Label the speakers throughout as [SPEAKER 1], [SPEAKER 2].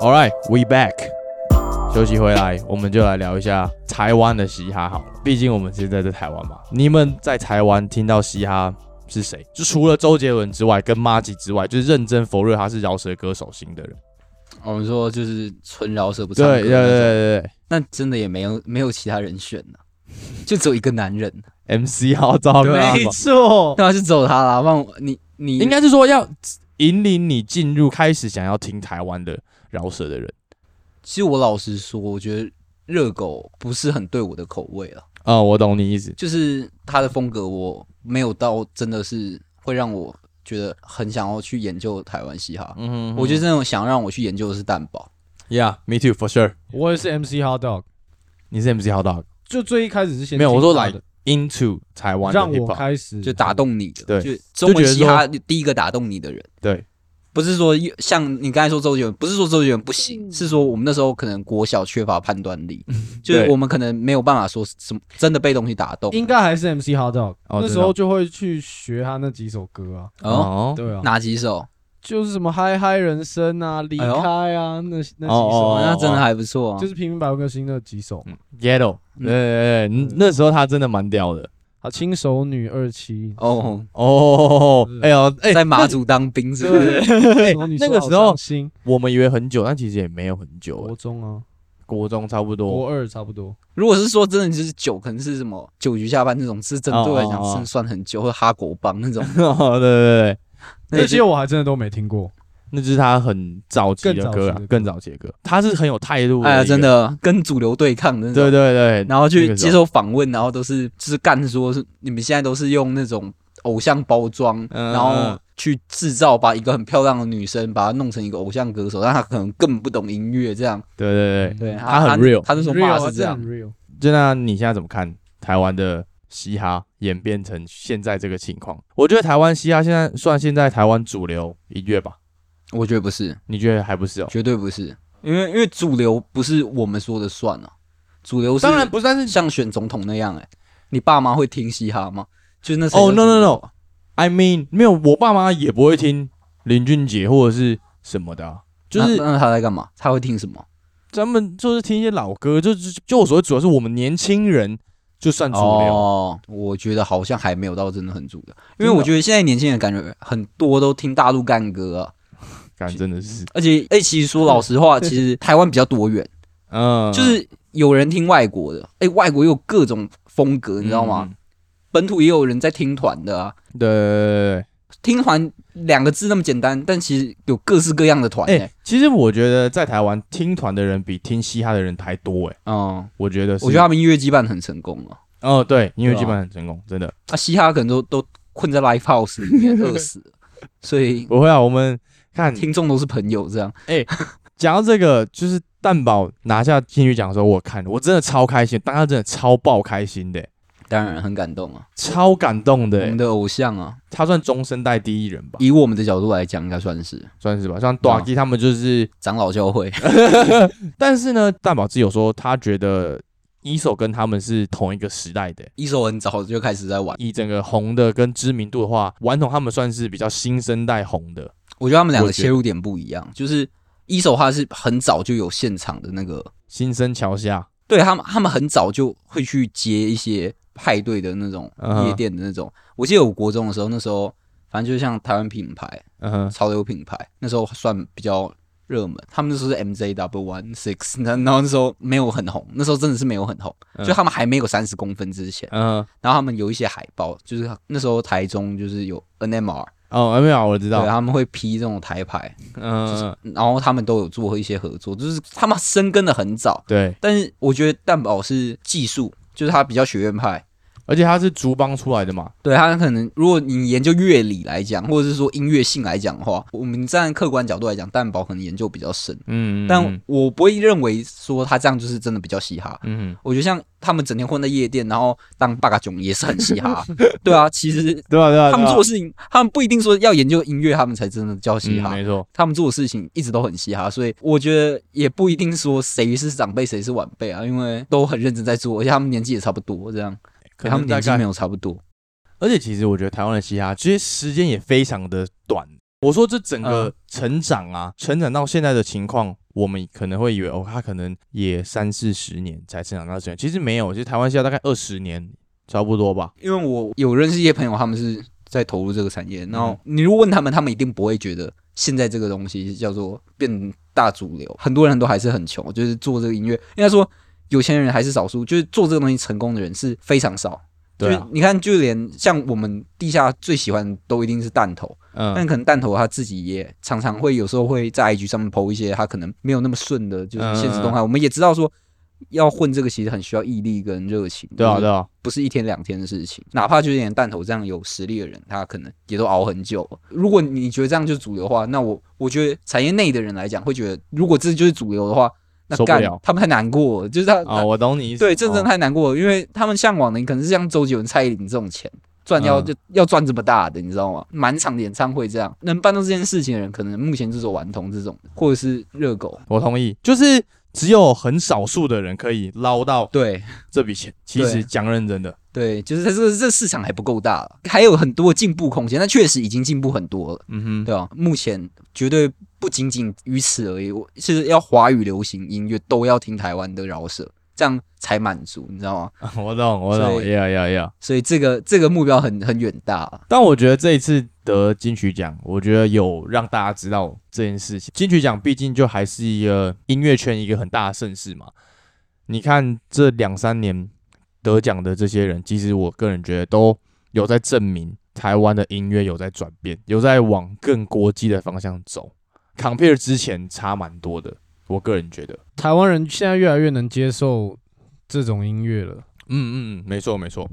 [SPEAKER 1] All right, we back。休息回来，我们就来聊一下台湾的嘻哈好了。毕竟我们现在在台湾嘛。你们在台湾听到嘻哈是谁？就除了周杰伦之外，跟 m a g i 之外，就是认真否认他是饶舌歌手型的人。
[SPEAKER 2] 我们哦说就是纯饶舌不唱歌
[SPEAKER 1] 对对
[SPEAKER 2] 那种
[SPEAKER 1] 对对
[SPEAKER 2] 那真的也没有没有其他人选了、就只有一个男人，啊
[SPEAKER 1] 对，MC 好糟糕嘛。
[SPEAKER 3] 没错，
[SPEAKER 2] 那就走他啦。不然我你你
[SPEAKER 1] 啊应该是说要引领你进入开始想要听台湾的饶舌的人。
[SPEAKER 2] 其实我老实说，我觉得热狗不是很对我的口味了，
[SPEAKER 1] 啊、我懂你意思。
[SPEAKER 2] 就是他的风格我没有到真的是会让我觉得很想要去研究台湾嘻哈。
[SPEAKER 1] 嗯
[SPEAKER 2] 我觉得那种想让我去研究的是蛋堡，
[SPEAKER 1] Yeah，me too for sure。
[SPEAKER 3] 我也是 MC Hot Dog。
[SPEAKER 1] 你是 MC 好大
[SPEAKER 3] 就最一开始是先
[SPEAKER 1] 没有
[SPEAKER 3] 听
[SPEAKER 1] 我说
[SPEAKER 3] 他
[SPEAKER 1] like
[SPEAKER 3] 的
[SPEAKER 1] into 台湾的
[SPEAKER 3] 让
[SPEAKER 1] hip
[SPEAKER 3] 我
[SPEAKER 1] hop。
[SPEAKER 3] 开始
[SPEAKER 2] 就打动你的，
[SPEAKER 1] 对
[SPEAKER 2] 就中
[SPEAKER 1] 就觉
[SPEAKER 2] 文
[SPEAKER 1] 得
[SPEAKER 2] 嘻
[SPEAKER 1] 说
[SPEAKER 2] 哈第一个打动你的人。
[SPEAKER 1] 对，
[SPEAKER 2] 不是说像你刚才说周杰伦，不是说周杰伦不
[SPEAKER 1] 嗯
[SPEAKER 2] 行，是说我们那时候可能国小缺乏判断力，就是我们可能没有办法说什么真的被东西打动。
[SPEAKER 3] 应该还是 MC Hot Dog，、
[SPEAKER 1] 哦
[SPEAKER 3] 那
[SPEAKER 1] 真
[SPEAKER 3] 时
[SPEAKER 1] 的哦
[SPEAKER 3] 候就会去学他那几首歌啊，
[SPEAKER 2] 哦，
[SPEAKER 3] 对啊，
[SPEAKER 2] 哪几
[SPEAKER 1] 哦
[SPEAKER 2] 首？
[SPEAKER 3] 就是什么嗨嗨人生啊、离
[SPEAKER 2] 哎呦
[SPEAKER 3] 开啊、那那几首
[SPEAKER 1] 哦
[SPEAKER 2] 哦，
[SPEAKER 3] 啊，
[SPEAKER 2] 那真的还不错啊
[SPEAKER 3] 就。是平民百万歌星那几首，
[SPEAKER 1] Yellow，对
[SPEAKER 2] 嗯
[SPEAKER 1] 对对，嗯那时候他真的蛮屌的
[SPEAKER 3] 啊，轻熟女二期，
[SPEAKER 2] 哦，
[SPEAKER 1] 哦。哎呦，哎，
[SPEAKER 2] 在马祖当兵是不是？
[SPEAKER 3] 对
[SPEAKER 1] 哎那个时候
[SPEAKER 3] 新
[SPEAKER 1] 我们以为很久，但其实也没有很久，哎
[SPEAKER 3] 国中啊，
[SPEAKER 1] 国中差不多。
[SPEAKER 3] 国二差不多，
[SPEAKER 2] 如果是说真的，就是酒，可能是什么酒局下班那种，是真的对我来
[SPEAKER 1] 哦
[SPEAKER 2] 讲
[SPEAKER 1] 哦哦。
[SPEAKER 2] 是算很久，或哈狗帮那种
[SPEAKER 1] 对对 对，
[SPEAKER 2] 那也
[SPEAKER 3] 那
[SPEAKER 2] 是
[SPEAKER 3] 些我还真的都没听过，
[SPEAKER 1] 那就是他很早期的歌啊，更
[SPEAKER 3] 更
[SPEAKER 1] 早期的歌，他是很有态度。
[SPEAKER 2] 哎呀，真，的跟主流对抗的那
[SPEAKER 1] 对
[SPEAKER 2] 种。
[SPEAKER 1] 对对，
[SPEAKER 2] 然后
[SPEAKER 1] 那
[SPEAKER 2] 去
[SPEAKER 1] 个时
[SPEAKER 2] 接
[SPEAKER 1] 候
[SPEAKER 2] 受访问，然后都是就是干说是你们现在都是用那种偶像包装，
[SPEAKER 1] 嗯
[SPEAKER 2] 然后去制造把一个很漂亮的女生把她弄成一个偶像歌手，但她可能根本不懂音乐，这样
[SPEAKER 1] 对对对，
[SPEAKER 2] 对
[SPEAKER 1] 嗯她很 real
[SPEAKER 2] 她那时候
[SPEAKER 3] 嗯 real
[SPEAKER 2] 骂
[SPEAKER 3] 啊
[SPEAKER 2] 是这样
[SPEAKER 3] 真，的很 real，
[SPEAKER 1] 就那你现在怎么看台湾的嘻哈演变成现在这个情况？我觉得台湾嘻哈现在算现在台湾主流音乐吧，
[SPEAKER 2] 我觉得不是，
[SPEAKER 1] 你觉得还不是哦？
[SPEAKER 2] 绝对不是，因为因为主流不是我们说的算啊，主流是
[SPEAKER 1] 当然不是，但是
[SPEAKER 2] 像选总统那样、欸，哎，你爸妈会听嘻哈吗？就是那时候
[SPEAKER 1] 哦、no no no I mean 没有，我爸妈也不会听林俊杰或者是什么的啊、就是
[SPEAKER 2] 那那他在干嘛？他会听什么？
[SPEAKER 1] 咱们就是听一些老歌，就就就我所谓主要是我们年轻人就算主流，
[SPEAKER 2] 哦，我觉得好像还没有到真的很主流，
[SPEAKER 1] 真
[SPEAKER 2] 因
[SPEAKER 1] 的
[SPEAKER 2] 为我觉得现在年轻人感觉很多都听大陆干歌、啊，
[SPEAKER 1] 感、真的是，
[SPEAKER 2] 而且哎、其实说老 实话，其实台湾比较多元，
[SPEAKER 1] 嗯，
[SPEAKER 2] 就是有人听外国的，哎、外国也有各种风格，你知道吗？
[SPEAKER 1] 嗯？
[SPEAKER 2] 本土也有人在听团的啊，
[SPEAKER 1] 对对对对对
[SPEAKER 2] 听团两个字那么简单，但其实有各式各样的团、
[SPEAKER 1] 哎、
[SPEAKER 2] 欸，
[SPEAKER 1] 其实我觉得在台湾听团的人比听嘻哈的人还多哎、
[SPEAKER 2] 嗯，
[SPEAKER 1] 我觉得是，
[SPEAKER 2] 我觉得他们音乐羁绊很成功啊，
[SPEAKER 1] 哦，对，音乐
[SPEAKER 2] 对啊
[SPEAKER 1] 基本很成功，真的
[SPEAKER 2] 啊，嘻哈可能都都困在 live house 里 面饿死了，所以
[SPEAKER 1] 不会啊。我们看
[SPEAKER 2] 听众都是朋友这样，
[SPEAKER 1] 讲到这个，就是蛋宝拿下金曲奖的时候，我看我真的超开心，当时真的超爆开心的、哎
[SPEAKER 2] 当然很感动啊，
[SPEAKER 1] 超感动的、欸
[SPEAKER 2] 我们的偶像啊，
[SPEAKER 1] 他算中生代第一人吧，
[SPEAKER 2] 以我们的角度来讲，应该算是
[SPEAKER 1] 算是吧。像短 K 他们就是，
[SPEAKER 2] 长老教会，
[SPEAKER 1] 但是呢，蛋宝自己有说，他觉得一手跟他们是同一个时代的、欸
[SPEAKER 2] 一手很早就开始在玩，
[SPEAKER 1] 以整个红的跟知名度的话，顽童他们算是比较新生代红的。
[SPEAKER 2] 我觉得他们两
[SPEAKER 1] 我
[SPEAKER 2] 个
[SPEAKER 1] 觉得
[SPEAKER 2] 切入点不一样，就是一手他是很早就有现场的那个，
[SPEAKER 1] 新生桥下，
[SPEAKER 2] 对他们他们很早就会去接一些派对的那种
[SPEAKER 1] 嗯哼
[SPEAKER 2] 夜店的那种，我记得我国中的时候，那时候反正就像台湾品牌
[SPEAKER 1] 嗯哼，
[SPEAKER 2] 潮流品牌，那时候算比较。热门，他们那时候是 MJ W One Six，然后那时候没有很红，那时候真的是没有很红，
[SPEAKER 1] 嗯
[SPEAKER 2] 就他们还没有三十公分之前，
[SPEAKER 1] 嗯哼，
[SPEAKER 2] 然后他们有一些海报，就是那时候台中就是有 NMR，
[SPEAKER 1] 哦，没有，我知
[SPEAKER 2] 对，啊
[SPEAKER 1] 道，
[SPEAKER 2] 他们会批这种台牌，
[SPEAKER 1] 嗯，
[SPEAKER 2] 然后他们都有做一些合作，就是他们生根的很早。
[SPEAKER 1] 对，
[SPEAKER 2] 但是我觉得蛋宝是技术，就是他比较学院派，
[SPEAKER 1] 而且他是竹帮出来的嘛，
[SPEAKER 2] 对他可能如果你研究乐理来讲，或者是说音乐性来讲的话，我们站客观角度来讲，蛋宝可能研究比较深，
[SPEAKER 1] 嗯，
[SPEAKER 2] 但我不会认为说他这样就是真的比较嘻哈。
[SPEAKER 1] 嗯，
[SPEAKER 2] 我觉得像他们整天混在夜店，然后当八嘎囧也是很嘻哈， 对啊，其实
[SPEAKER 1] 对吧？对吧？
[SPEAKER 2] 他
[SPEAKER 1] 对
[SPEAKER 2] 们
[SPEAKER 1] 吧
[SPEAKER 2] 做的事情，他们不一定说要研究音乐，他们才真的叫嘻
[SPEAKER 1] 嗯
[SPEAKER 2] 哈。
[SPEAKER 1] 没错，
[SPEAKER 2] 他们做的事情一直都很嘻哈，所以我觉得也不一定说谁是长辈谁是晚辈啊，因为都很认真在做，而且他们年纪也差不多，这样
[SPEAKER 1] 可
[SPEAKER 2] 他
[SPEAKER 1] 能
[SPEAKER 2] 们
[SPEAKER 1] 大
[SPEAKER 2] 年纪
[SPEAKER 1] 概
[SPEAKER 2] 没有差不多。
[SPEAKER 1] 而且其实我觉得台湾的嘻哈，其实时
[SPEAKER 2] 嗯
[SPEAKER 1] 间也非常的短。我说这整个成长啊，成长到现在的情况，我们可能会以为哦，他可能也三四十年才成长到这样，其实没有，其实台湾现在大概二十年差不多吧。
[SPEAKER 2] 因为我有认识一些朋友，他们是在投入这个产业，然后
[SPEAKER 1] 嗯
[SPEAKER 2] 你如果问他们，他们一定不会觉得现在这个东西叫做变大主流，很多人都还是很穷，就是做这个音乐，应该说有钱人还是少数，就是做这个东西成功的人是非常少。
[SPEAKER 1] 对
[SPEAKER 2] 就
[SPEAKER 1] 啊
[SPEAKER 2] 是，你看，就连像我们地下最喜欢都一定是弹头，但
[SPEAKER 1] 嗯，
[SPEAKER 2] 可能弹头他自己也常常会有时候会在 IG 上面 PO 一些他可能没有那么顺的，
[SPEAKER 1] 嗯
[SPEAKER 2] 就是现实动态。我们也知道说，要混这个其实很需要毅力跟热情，
[SPEAKER 1] 对啊，
[SPEAKER 2] 就是
[SPEAKER 1] 对啊，
[SPEAKER 2] 不是一天两天的事情。哪怕就是连弹头这样有实力的人，他可能也都熬很久了。如果你觉得这样就是主流的话，那我我觉得产业内的人来讲，会觉得如果这就是主流的话，那
[SPEAKER 1] 受不
[SPEAKER 2] 干
[SPEAKER 1] 了
[SPEAKER 2] 他们太难过了，就是他、
[SPEAKER 1] 哦，我懂你意思。
[SPEAKER 2] 嗯对，这真的
[SPEAKER 1] 哦
[SPEAKER 2] 太难过了，因为他们向往的，你可能是像周杰伦、蔡依林这种钱赚要、
[SPEAKER 1] 嗯
[SPEAKER 2] 就要赚这么大的，你知道吗？满场的演唱会这样，能办到这件事情的人，可能目前就是顽童这种，或者是热狗。
[SPEAKER 1] 我同意，就是只有很少数的人可以捞到
[SPEAKER 2] 对
[SPEAKER 1] 这笔钱。其实
[SPEAKER 2] 对
[SPEAKER 1] 讲认真的，
[SPEAKER 2] 对，就是它这个这市场还不够大了，还有很多进步空间。那确实已经进步很多了，
[SPEAKER 1] 嗯哼，
[SPEAKER 2] 对吧、啊目前绝对不仅仅于此而已，我是要华语流行音乐都要听台湾的饶舌，这样才满足，你知道吗？
[SPEAKER 1] 我懂，我懂，
[SPEAKER 2] 所以
[SPEAKER 1] 呀呀呀！
[SPEAKER 2] 所以这个这个目标很很远大啊、
[SPEAKER 1] 但我觉得这一次得金曲奖，我觉得有让大家知道这件事情。金曲奖毕竟就还是一个音乐圈一个很大的盛事嘛。你看这两三年得奖的这些人，其实我个人觉得都有在证明台湾的音乐有在转变，有在往更国际的方向走。compare 之前差蛮多的，我个人觉得。
[SPEAKER 3] 台湾人现在越来越能接受这种音乐了。
[SPEAKER 1] 嗯嗯嗯，没错没错。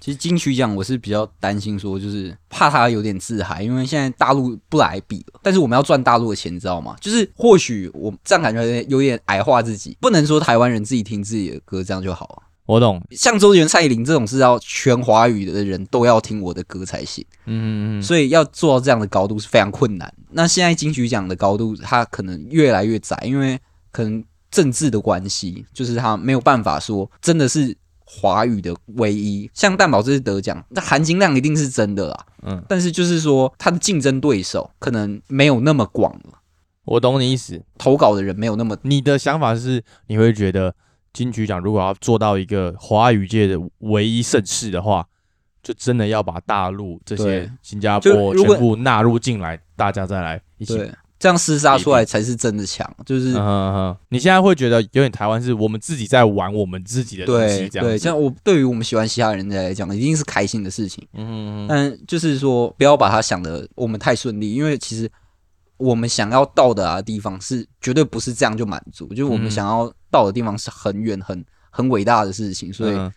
[SPEAKER 2] 其实金曲奖我是比较担心说，就是怕他有点自嗨，因为现在大陆不来比了。但是我们要赚大陆的钱，你知道吗？就是或许我这样感觉有点有点矮化自己，不能说台湾人自己听自己的歌这样就好啊。
[SPEAKER 1] 我懂，
[SPEAKER 2] 像周杰伦、蔡依林这种是要全华语的人都要听我的歌才行，
[SPEAKER 1] 嗯嗯嗯，
[SPEAKER 2] 所以要做到这样的高度是非常困难。那现在金曲奖的高度，它可能越来越窄，因为可能政治的关系，就是他没有办法说真的是华语的唯一。像蛋宝这次得奖，那含金量一定是真的啦。
[SPEAKER 1] 嗯
[SPEAKER 2] 嗯，但是就是说他的竞争对手可能没有那么广了，
[SPEAKER 1] 我懂你意思。
[SPEAKER 2] 投稿的人没有那么
[SPEAKER 1] 你的想法是，你会觉得金曲奖如果要做到一个华语界的唯一盛世的话，就真的要把大陆这些
[SPEAKER 2] 对
[SPEAKER 1] 新加
[SPEAKER 2] 就
[SPEAKER 1] 坡
[SPEAKER 2] 如果
[SPEAKER 1] 全部纳入进来，大家再来一起。
[SPEAKER 2] 对，这样厮杀出来才是真的强，就是
[SPEAKER 1] 嗯。哼哼，你现在会觉得有点台湾是我们自己在玩我们自己的东
[SPEAKER 2] 对
[SPEAKER 1] 西，这样
[SPEAKER 2] 对，
[SPEAKER 1] 子。
[SPEAKER 2] 像我对于我们喜欢嘻哈的人来讲，一定是开心的事情。
[SPEAKER 1] 嗯哼哼，
[SPEAKER 2] 但就是说，不要把它想的我们太顺利，因为其实我们想要到达的地方是绝对不是这样就满足，就是我
[SPEAKER 1] 嗯
[SPEAKER 2] 们想要到的地方是很远、很很伟大的事情，所以
[SPEAKER 1] 嗯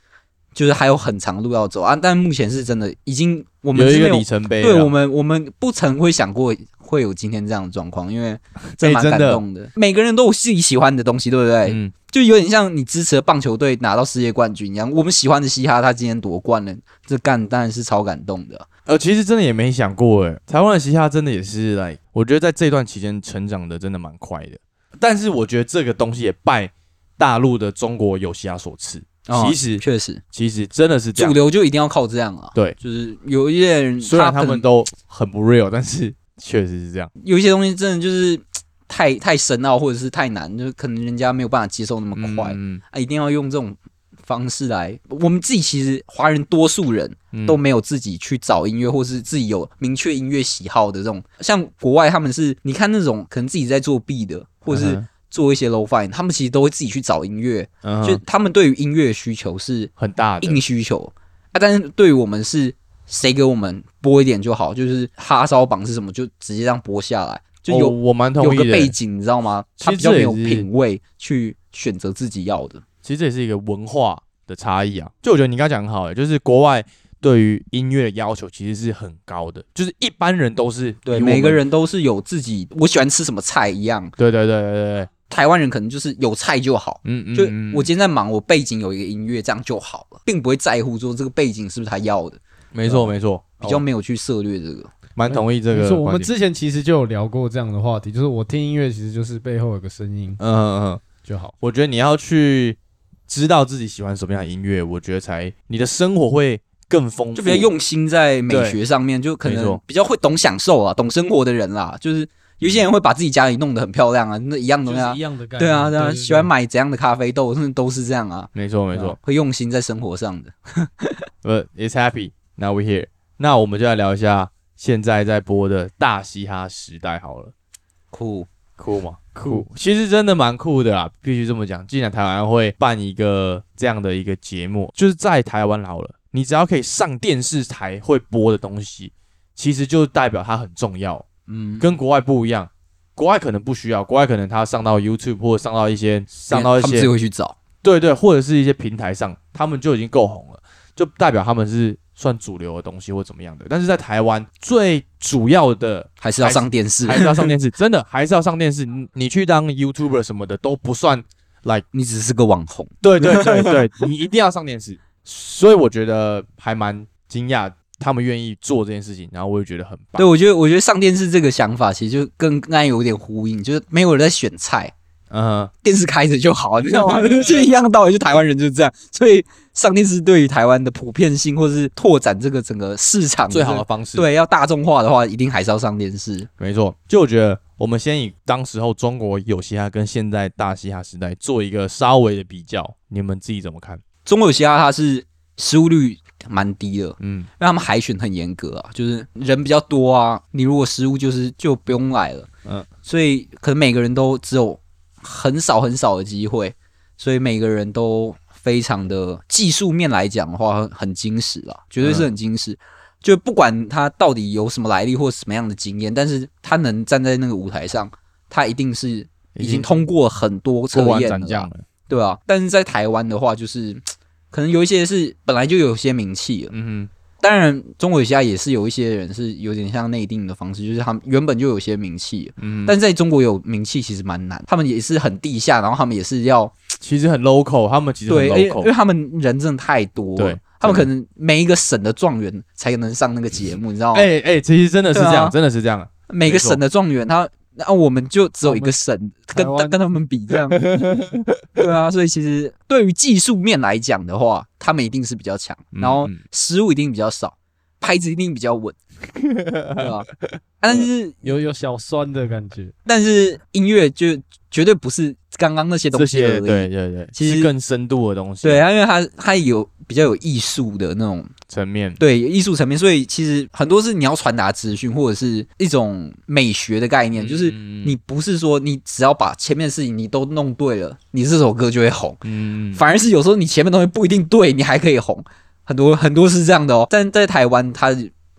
[SPEAKER 2] 就是还有很长路要走啊。但目前是真的已经我们
[SPEAKER 1] 有
[SPEAKER 2] 是
[SPEAKER 1] 一个
[SPEAKER 2] 没有
[SPEAKER 1] 里程碑了，啊
[SPEAKER 2] 对我们，我们不曾会想过会有今天这样的状况，因为真蛮
[SPEAKER 1] 哎真
[SPEAKER 2] 感
[SPEAKER 1] 的
[SPEAKER 2] 动的。每个人都有自己喜欢的东西，对不对？
[SPEAKER 1] 嗯，
[SPEAKER 2] 就有点像你支持的棒球队拿到世界冠军一样。我们喜欢的嘻哈，他今天夺冠了，这干当然是超感动的。
[SPEAKER 1] 呃，其实真的也没想过，哎，台湾的嘻哈真的也是来，我觉得在这段期间成长的真的蛮快的。但是我觉得这个东西也拜大陆的中国有嘻哈所赐，
[SPEAKER 2] 哦
[SPEAKER 1] 其实
[SPEAKER 2] 确实，
[SPEAKER 1] 其实真的是这
[SPEAKER 2] 主
[SPEAKER 1] 样。
[SPEAKER 2] 流就一定要靠这样啊。
[SPEAKER 1] 对
[SPEAKER 2] 就是有一些人，
[SPEAKER 1] 虽然
[SPEAKER 2] 他
[SPEAKER 1] 他
[SPEAKER 2] 可
[SPEAKER 1] 们
[SPEAKER 2] 能
[SPEAKER 1] 都很不 real，但是确实是这样。
[SPEAKER 2] 有一些东西真的就是嘖太太深奥，或者是太难，就是可能人家没有办法接受那么快、
[SPEAKER 1] 嗯
[SPEAKER 2] 啊，一定要用这种。方式来，我们自己其实华人多数人
[SPEAKER 1] 嗯
[SPEAKER 2] 都没有自己去找音乐，或是自己有明确音乐喜好的这种。像国外他们是，你看那种可能自己在做 B 的，或
[SPEAKER 1] 嗯
[SPEAKER 2] 者是
[SPEAKER 1] 哼
[SPEAKER 2] 做一些 low fine，他们其实都会自己去找音乐，
[SPEAKER 1] 嗯哼
[SPEAKER 2] 就他们对于音乐的需求是
[SPEAKER 1] 很大的，
[SPEAKER 2] 硬需求啊，但是对于我们是谁给我们播一点就好，就是哈烧榜是什么就直接这样播下来，就
[SPEAKER 1] 哦
[SPEAKER 2] 有、
[SPEAKER 1] 我蛮
[SPEAKER 2] 有
[SPEAKER 1] 同意
[SPEAKER 2] 个
[SPEAKER 1] 的
[SPEAKER 2] 背
[SPEAKER 1] 欸。
[SPEAKER 2] 景，你知道吗？
[SPEAKER 1] 其
[SPEAKER 2] 他
[SPEAKER 1] 实
[SPEAKER 2] 比较
[SPEAKER 1] 这也
[SPEAKER 2] 没有
[SPEAKER 1] 是
[SPEAKER 2] 品味去选择自己要的。
[SPEAKER 1] 其实这也是一个文化的差异啊。就我觉得你刚刚讲得很好、欸，就是国外对于音乐的要求其实是很高的，就是一般人都是
[SPEAKER 2] 对，
[SPEAKER 1] 比我们
[SPEAKER 2] 每个人都是有自己，我喜欢吃什么菜一样。
[SPEAKER 1] 对对对对对对，
[SPEAKER 2] 台湾人可能就是有菜就好，
[SPEAKER 1] 嗯嗯，
[SPEAKER 2] 就
[SPEAKER 1] 嗯
[SPEAKER 2] 我今天在忙，我背景有一个音乐，这样就好了，并不会在乎说这个背景是不是他要的，
[SPEAKER 1] 没错没错，
[SPEAKER 2] 比较
[SPEAKER 1] 哦
[SPEAKER 2] 没有去涉略这个。
[SPEAKER 1] 蛮同意这
[SPEAKER 3] 没
[SPEAKER 1] 个
[SPEAKER 3] 错，我
[SPEAKER 1] 观
[SPEAKER 3] 们
[SPEAKER 1] 点。
[SPEAKER 3] 之前其实就有聊过这样的话题，就是我听音乐其实就是背后有个声音
[SPEAKER 1] 嗯嗯嗯，
[SPEAKER 3] 就好。
[SPEAKER 1] 我觉得你要去知道自己喜欢什么样的音乐，我觉得才你的生活会更丰富，
[SPEAKER 2] 就比较用心在美
[SPEAKER 1] 对
[SPEAKER 2] 学上面，就可
[SPEAKER 1] 没错
[SPEAKER 2] 能比较会懂享受啊，懂生活的人啦，就是有些人会把自己家里弄得很漂亮啊，那一样
[SPEAKER 4] 就
[SPEAKER 2] 的东西啊
[SPEAKER 4] 是一，样的概念。
[SPEAKER 2] 对啊，对啊，喜欢买怎样的咖啡豆，那都是这样啊，
[SPEAKER 1] 没错没
[SPEAKER 2] 对啊
[SPEAKER 1] 错，，
[SPEAKER 2] 会用心在生活上的。
[SPEAKER 1] 呃，It's happy now we here。那我们就来聊一下现在在播的大嘻哈时代好了，
[SPEAKER 2] 酷，
[SPEAKER 1] 酷吗？酷，其实真的蛮酷的啦，必须这么讲。既然台湾会办一个这样的一个节目，就是在台湾好了，你只要可以上电视台会播的东西，其实就代表它很重要。
[SPEAKER 2] 嗯，
[SPEAKER 1] 跟国外不一样，国外可能不需要，国外可能他上到 YouTube 或者上到一些上到一
[SPEAKER 2] 他们
[SPEAKER 1] 些
[SPEAKER 2] 自己会去找，
[SPEAKER 1] 对对，或者是一些平台上，他们就已经够红了，就代表他们是算主流的东西或怎么样的。但是在台湾，最主要的
[SPEAKER 2] 还是要上电视
[SPEAKER 1] 还，是要上 电视，真的还是要上电视。你你去当 YouTuber 什么的都不算，
[SPEAKER 2] 你只是个网红。
[SPEAKER 1] 对对 对对，你一定要上电视。所以我觉得还蛮惊讶，他们愿意做这件事情，然后我也觉得很棒
[SPEAKER 2] 对，。我觉得，我觉得上电视这个想法其实就跟刚才有点呼应，就是没有人在选菜，啊
[SPEAKER 1] 嗯哼，
[SPEAKER 2] 电视开着就好，啊你知
[SPEAKER 1] 哦
[SPEAKER 2] 道吗？就一样道理，就台湾人就是这样。所以上电视对于台湾的普遍性，或是拓展这个整个市场
[SPEAKER 1] 最好的方式。
[SPEAKER 2] 对，要大众化的话，一定还是要上电视。
[SPEAKER 1] 没错，就我觉得我们先以当时候中国有嘻哈跟现在大嘻哈时代做一个稍微的比较，你们自己怎么看？
[SPEAKER 2] 中国有嘻哈它是失误率蛮低的，
[SPEAKER 1] 嗯，
[SPEAKER 2] 因为他们海选很严格啊，就是人比较多啊，你如果失误就是就不用来了。
[SPEAKER 1] 嗯
[SPEAKER 2] 嗯，所以可能每个人都只有很少很少的机会，所以每个人都非常的技术面来讲的话，很很精实啦，绝对是很精实。就不管他到底有什么来历或什么样的经验，但是他能站在那个舞台上，他一定是已经通过很多测
[SPEAKER 1] 过完
[SPEAKER 2] 验
[SPEAKER 1] 斩
[SPEAKER 2] 了啦
[SPEAKER 1] 将了。
[SPEAKER 2] 对啊，但是在台湾的话，就是可能有一些是本来就有些名气了。
[SPEAKER 1] 嗯哼，
[SPEAKER 2] 当然，中国有些也是有一些人是有点像内定的方式，就是他们原本就有些名气了，
[SPEAKER 1] 嗯，
[SPEAKER 2] 但是在中国有名气其实蛮难，他们也是很地下，然后他们也是要
[SPEAKER 1] 其实很 local，他们其实很
[SPEAKER 2] 对，因为因为
[SPEAKER 1] local。
[SPEAKER 2] 他们人真的太多了
[SPEAKER 1] 对，
[SPEAKER 2] 他们可能每一个省的状元才能上那个节目，你知道吗？
[SPEAKER 1] 哎哎，其实真的是这
[SPEAKER 2] 对
[SPEAKER 1] 样，
[SPEAKER 2] 啊
[SPEAKER 1] 真的是这样。
[SPEAKER 2] 每个省的状元他。那我们就只有一个省，跟
[SPEAKER 3] 台 湾
[SPEAKER 2] 跟他们比这样，对啊，所以其实对于技术面来讲的话，他们一定是比较强，
[SPEAKER 1] 嗯
[SPEAKER 2] 然后
[SPEAKER 1] 嗯
[SPEAKER 2] 失误一定比较少，拍子一定比较 稳，对吧、啊？但是
[SPEAKER 3] 有有小酸的感觉，
[SPEAKER 2] 但是音乐就绝对不是刚刚那些
[SPEAKER 1] 这
[SPEAKER 2] 东西而
[SPEAKER 1] 些
[SPEAKER 2] 已。
[SPEAKER 1] 对对对，
[SPEAKER 2] 其实
[SPEAKER 1] 是更深度的东西，
[SPEAKER 2] 对，它啊因为它它有比较有艺术的那种
[SPEAKER 1] 层面。
[SPEAKER 2] 对艺术层面，所以其实很多是你要传达资讯或者是一种美学的概念，就是
[SPEAKER 1] 嗯
[SPEAKER 2] 你不是说你只要把前面的事情你都弄对了，你这首歌就会红，
[SPEAKER 1] 嗯，嗯
[SPEAKER 2] 反而是有时候你前面东西不一定对，你还可以红，很多很多是这样的哦。但在台湾，它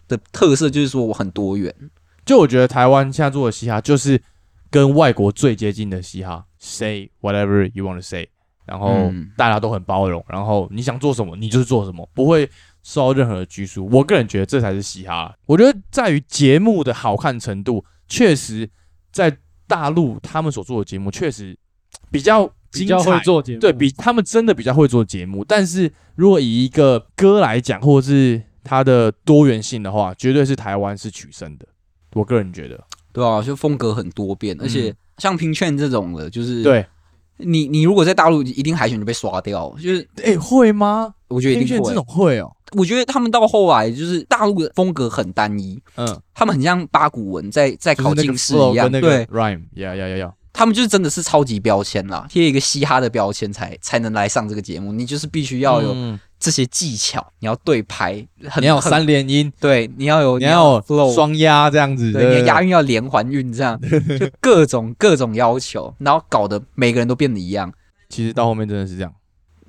[SPEAKER 2] 的特色就是说我很多元，
[SPEAKER 1] 就我觉得台湾现在做的嘻哈就是跟外国最接近的嘻哈，say whatever you want to say，然后
[SPEAKER 2] 嗯
[SPEAKER 1] 大家都很包容，然后你想做什么你就是做什么，不会受到任何的拘束。我个人觉得这才是嘻哈。我觉得在于节目的好看程度，确实在大陆他们所做的节目确实比较
[SPEAKER 3] 比
[SPEAKER 1] 精
[SPEAKER 3] 较会
[SPEAKER 1] 彩。
[SPEAKER 3] 做节目，
[SPEAKER 1] 对比他们真的比较会做节目，但是如果以一个歌来讲，或者是它的多元性的话，绝对是台湾是取胜的。我个人觉得，
[SPEAKER 2] 对啊，就风格很多变，而且
[SPEAKER 1] 嗯
[SPEAKER 2] 像平券这种的，就是
[SPEAKER 1] 对，
[SPEAKER 2] 你你如果在大陆一定海选就被刷掉，就是
[SPEAKER 1] 哎、会吗？
[SPEAKER 2] 我觉得一
[SPEAKER 1] 天
[SPEAKER 2] 定
[SPEAKER 1] 选
[SPEAKER 2] 会。
[SPEAKER 1] 会哦，
[SPEAKER 2] 我觉得他们到后来就是大陆的风格很单一，
[SPEAKER 1] 嗯，
[SPEAKER 2] 他们很像八股文在在考
[SPEAKER 1] 就是那
[SPEAKER 2] 进
[SPEAKER 1] 个
[SPEAKER 2] 士
[SPEAKER 1] flow
[SPEAKER 2] 一样，
[SPEAKER 1] 跟那个
[SPEAKER 2] 对
[SPEAKER 1] rhyme，呀呀呀呀，
[SPEAKER 2] 他们就是真的是超级标签啦，贴一个嘻哈的标签才才能来上这个节目，你就是必须要有
[SPEAKER 1] 嗯
[SPEAKER 2] 这些技巧，你要对拍，很
[SPEAKER 1] 你要有
[SPEAKER 2] 很
[SPEAKER 1] 三连音，
[SPEAKER 2] 对，你要有
[SPEAKER 1] 你要有
[SPEAKER 2] flow，
[SPEAKER 1] 双押这样子，
[SPEAKER 2] 对，你的押
[SPEAKER 1] 韵，
[SPEAKER 2] 韵要连环韵这 样，就各种各种要求，然后搞得每个人都变得一样。
[SPEAKER 1] 其实到后面真的是这样，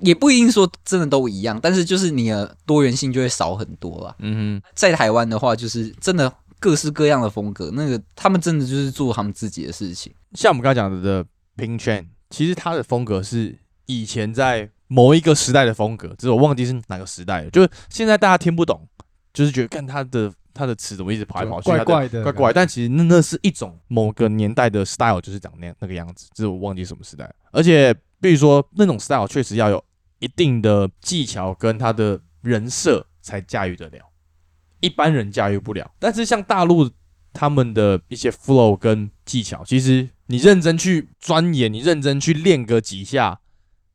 [SPEAKER 2] 也不一定说真的都一样，但是就是你的多元性就会少很多啦。
[SPEAKER 1] 嗯哼，
[SPEAKER 2] 在台湾的话，就是真的各式各样的风格，那个他们真的就是做他们自己的事情。
[SPEAKER 1] 像我们刚刚讲的 Pink Chain，其实它的风格是以前在某一个时代的风格，只是我忘记是哪个时代了，就是现在大家听不懂，就是觉得看它的它的词怎么一直跑来跑去，它的
[SPEAKER 3] 怪怪的，
[SPEAKER 1] 怪怪，但其实那那是一种某个年代的 style，就是长那样那个样子，只是我忘记什么时代了。而且，比如说那种 style 确实要有一定的技巧跟他的人设才驾驭得了，一般人驾驭不了。但是像大陆他们的一些 flow 跟技巧，其实你认真去钻研，你认真去练个几下，